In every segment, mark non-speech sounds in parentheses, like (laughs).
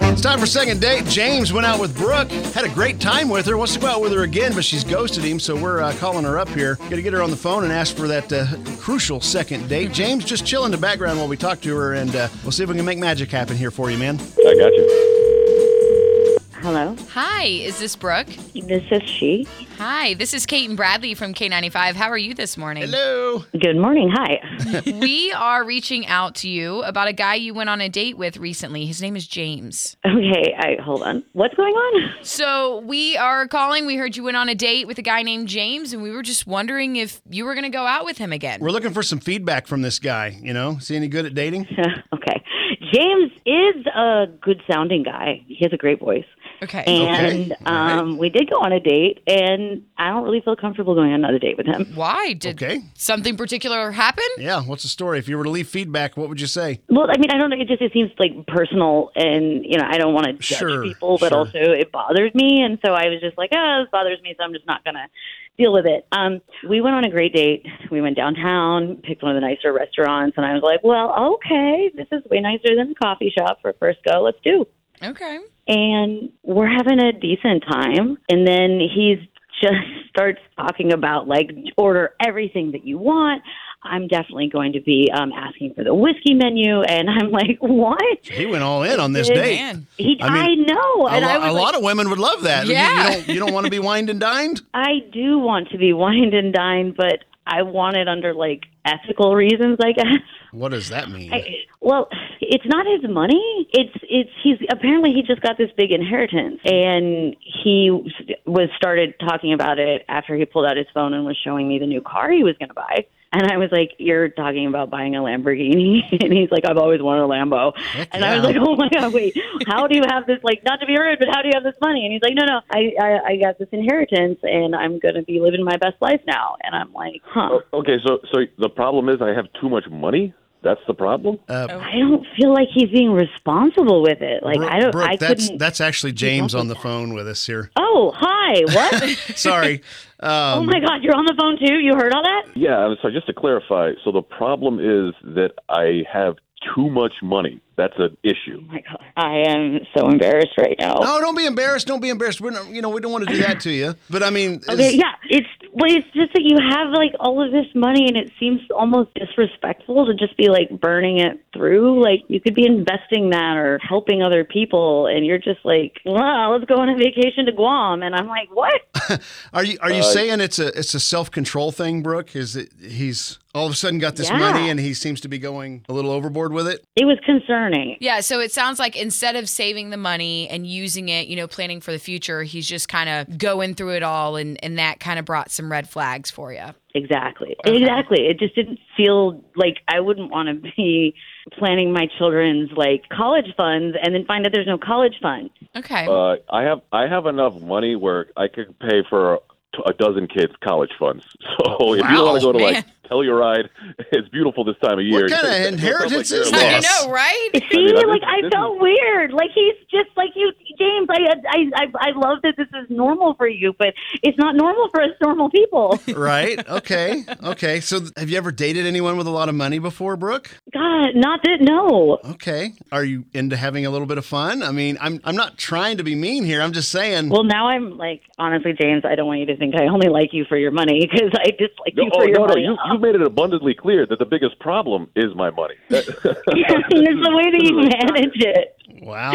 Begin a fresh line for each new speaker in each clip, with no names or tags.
It's time for second date. James went out with Brooke, had a great time with her, wants to go out with her again, but she's ghosted him, so we're uh, calling her up here. Got to get her on the phone and ask for that uh, crucial second date. James, just chill in the background while we talk to her, and uh, we'll see if we can make magic happen here for you, man.
I got you.
Hello,
Hi, is this Brooke?
this is she.
Hi, this is Kate and Bradley from K95. How are you this morning?
Hello.
Good morning. Hi. (laughs)
We are reaching out to you about a guy you went on a date with recently. His name is James.
Okay, I hold on. What's going on? (laughs)
So we are calling. We heard you went on a date with a guy named James, and we were just wondering if you were going to go out with him again.
We're looking for some feedback from this guy, you know? See any good at dating?
okay. James is a good sounding guy. He has a great voice.
Okay.
And um, we did go on a date, and I don't really feel comfortable going on another date with him.
Why? Did
Okay.
something particular happen?
Yeah, what's the story? If you were to leave feedback, what would you say?
Well, I mean, I don't know. It just it seems like personal, and you know, I don't want to judge
Sure,
people, but
sure.
also it bothers me, and so I was just like, oh, this bothers me, so I'm just not gonna deal with it. Um, we went on a great date. We went downtown, picked one of the nicer restaurants, and I was like, well, okay, this is way nicer than a coffee shop for a first go. Let's do
Okay.
and we're having a decent time. And then he's just (laughs) starts talking about like order everything that you want. I'm definitely going to be um, asking for the whiskey menu, and I'm like, (laughs) what?
He went all in on this
Good
date.
man.
He,
I
I,
mean,
know,
A,
and
lo-
I
a
was like,
lot of women would love that. You-
Yeah.
You, don't, you don't want to be wined and dined?
I do want to be (laughs) wined and dined, but I want it under like ethical reasons, I guess.
What does that mean?
I, well, it's not his money. It's it's he's apparently he just got this big inheritance, and he was started talking about it after he pulled out his phone and was showing me the new car he was going to buy. And I was like, "You're talking about buying a Lamborghini?" (laughs) And he's like, "I've always wanted a Lambo." and I was
yeah.
like, "Oh my god, wait! How do you have this? Like, not to be rude, but how do you have this money?" And he's like, "No, no, I I, I got this inheritance, and I'm going to be living my best life now." And I'm like, "Huh."
Okay, so so the problem is I have too much money. That's the problem.
I don't feel like he's being responsible with it. Like
Brooke,
I don't.
Brooke,
I
that's
couldn't.
that's actually James on the phone with us here.
oh, hi. What? (laughs)
Sorry.
oh
(laughs) Um,
my God, you're on the phone too. You heard all that? Oh
Yeah. So just to clarify, so the problem is that I have too much money. That's an issue.
Oh my God, I am so embarrassed right now.
no, don't be embarrassed. Don't be embarrassed. We're not, you know, we don't want to do that to you. But I mean, is-
Okay, yeah, it's well, it's just that you have like all of this money, and it seems almost disrespectful to just be like burning it through. Like you could be investing that or helping other people, and you're just like, wow, let's go on a vacation to Guam, and I'm like, what?
are you are you saying it's a it's a self control thing, Brooke? Is it he's all of a sudden got this
Yeah.
money and he seems to be going a little overboard with
(laughs)
it?
It was concerning.
Yeah, so it sounds like instead of saving the money and using it, you know, planning for the future, he's just kind of going through it all and and that kind of brought some red flags for you.
Exactly. Exactly. It just didn't feel like I wouldn't want to be planning my children's like college funds and then find out there's no college fund.
Okay.
Uh, I have I have enough money where I could pay for a dozen kids' college funds. (laughs) So if you
Wow,
want to go to
man.
like Telluride, (laughs) it's beautiful this time of year.
kind of
It sounds
inheritance
like
is
you're
I
Yes.
lost. (laughs)
know, right?
See,
mean, I
like
just
I
didn't-
felt weird. Like he's just like you, James. I, I, I, I love that this is normal for you, but it's not normal for us normal
(laughs)
people.
Right? Okay. Okay. So th- have you ever dated anyone with a lot of money before, Brooke?
God, not that. No.
Okay. Are you into having a little bit of fun? I mean, I'm I'm not trying to be mean here. I'm just saying.
Well, now I'm like, honestly, James, I don't want you to think I only like you for your money because I dislike
No,
you
oh,
for your
no, no,
money.
you, you (laughs) made it abundantly clear that the biggest problem is my money. (laughs) That-
(laughs) it's the way that you manage it.
wow.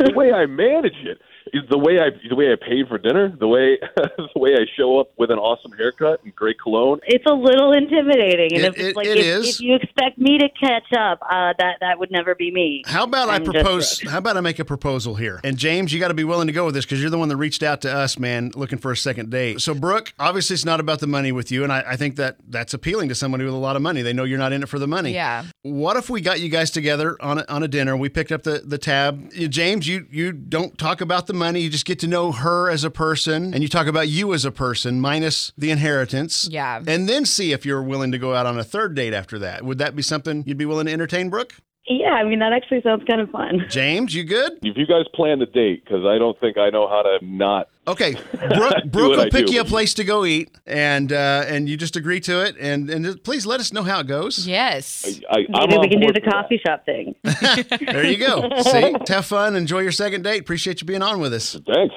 the way I manage it is the way I the way I paid for dinner, the way (laughs) the way I show up with an awesome haircut and great cologne.
it's a little intimidating. And
It-
if it's
it-
like
it
if,
is.
if you expect me to catch up, uh, that that would never be me.
How about i
I'm just
propose? How about I make a proposal here? And James, you got to be willing to go with this because you're the one that reached out to us, man, looking for a second date. So Brooke, obviously, it's not about the money with you, and I, I think that that's appealing to somebody with a lot of money. They know you're not in it for the money.
Yeah.
What if we got you guys together on a, on a dinner? We picked up the the tab. You- James, you you don't talk about the money. You just get to know her as a person, and you talk about you as a person, minus the inheritance.
Yeah.
And then see if you're willing to go out on a third date after that. Would that be something you'd be willing to entertain, Brooke?
Yeah, I mean, that actually sounds kind of fun.
James, you good?
If you guys plan the date, because I don't think I know how to not. (laughs)
Okay, Brooke, Brooke
what
will
I
pick
do.
you a place to go eat, and uh, and you just agree to it, and and just- please let us know how it goes.
Yes.
I, I'm
Maybe
on
we can do
board
the
for that.
coffee shop thing.
There you go. See, have fun, enjoy your second date. Appreciate you being on with us.
Thanks.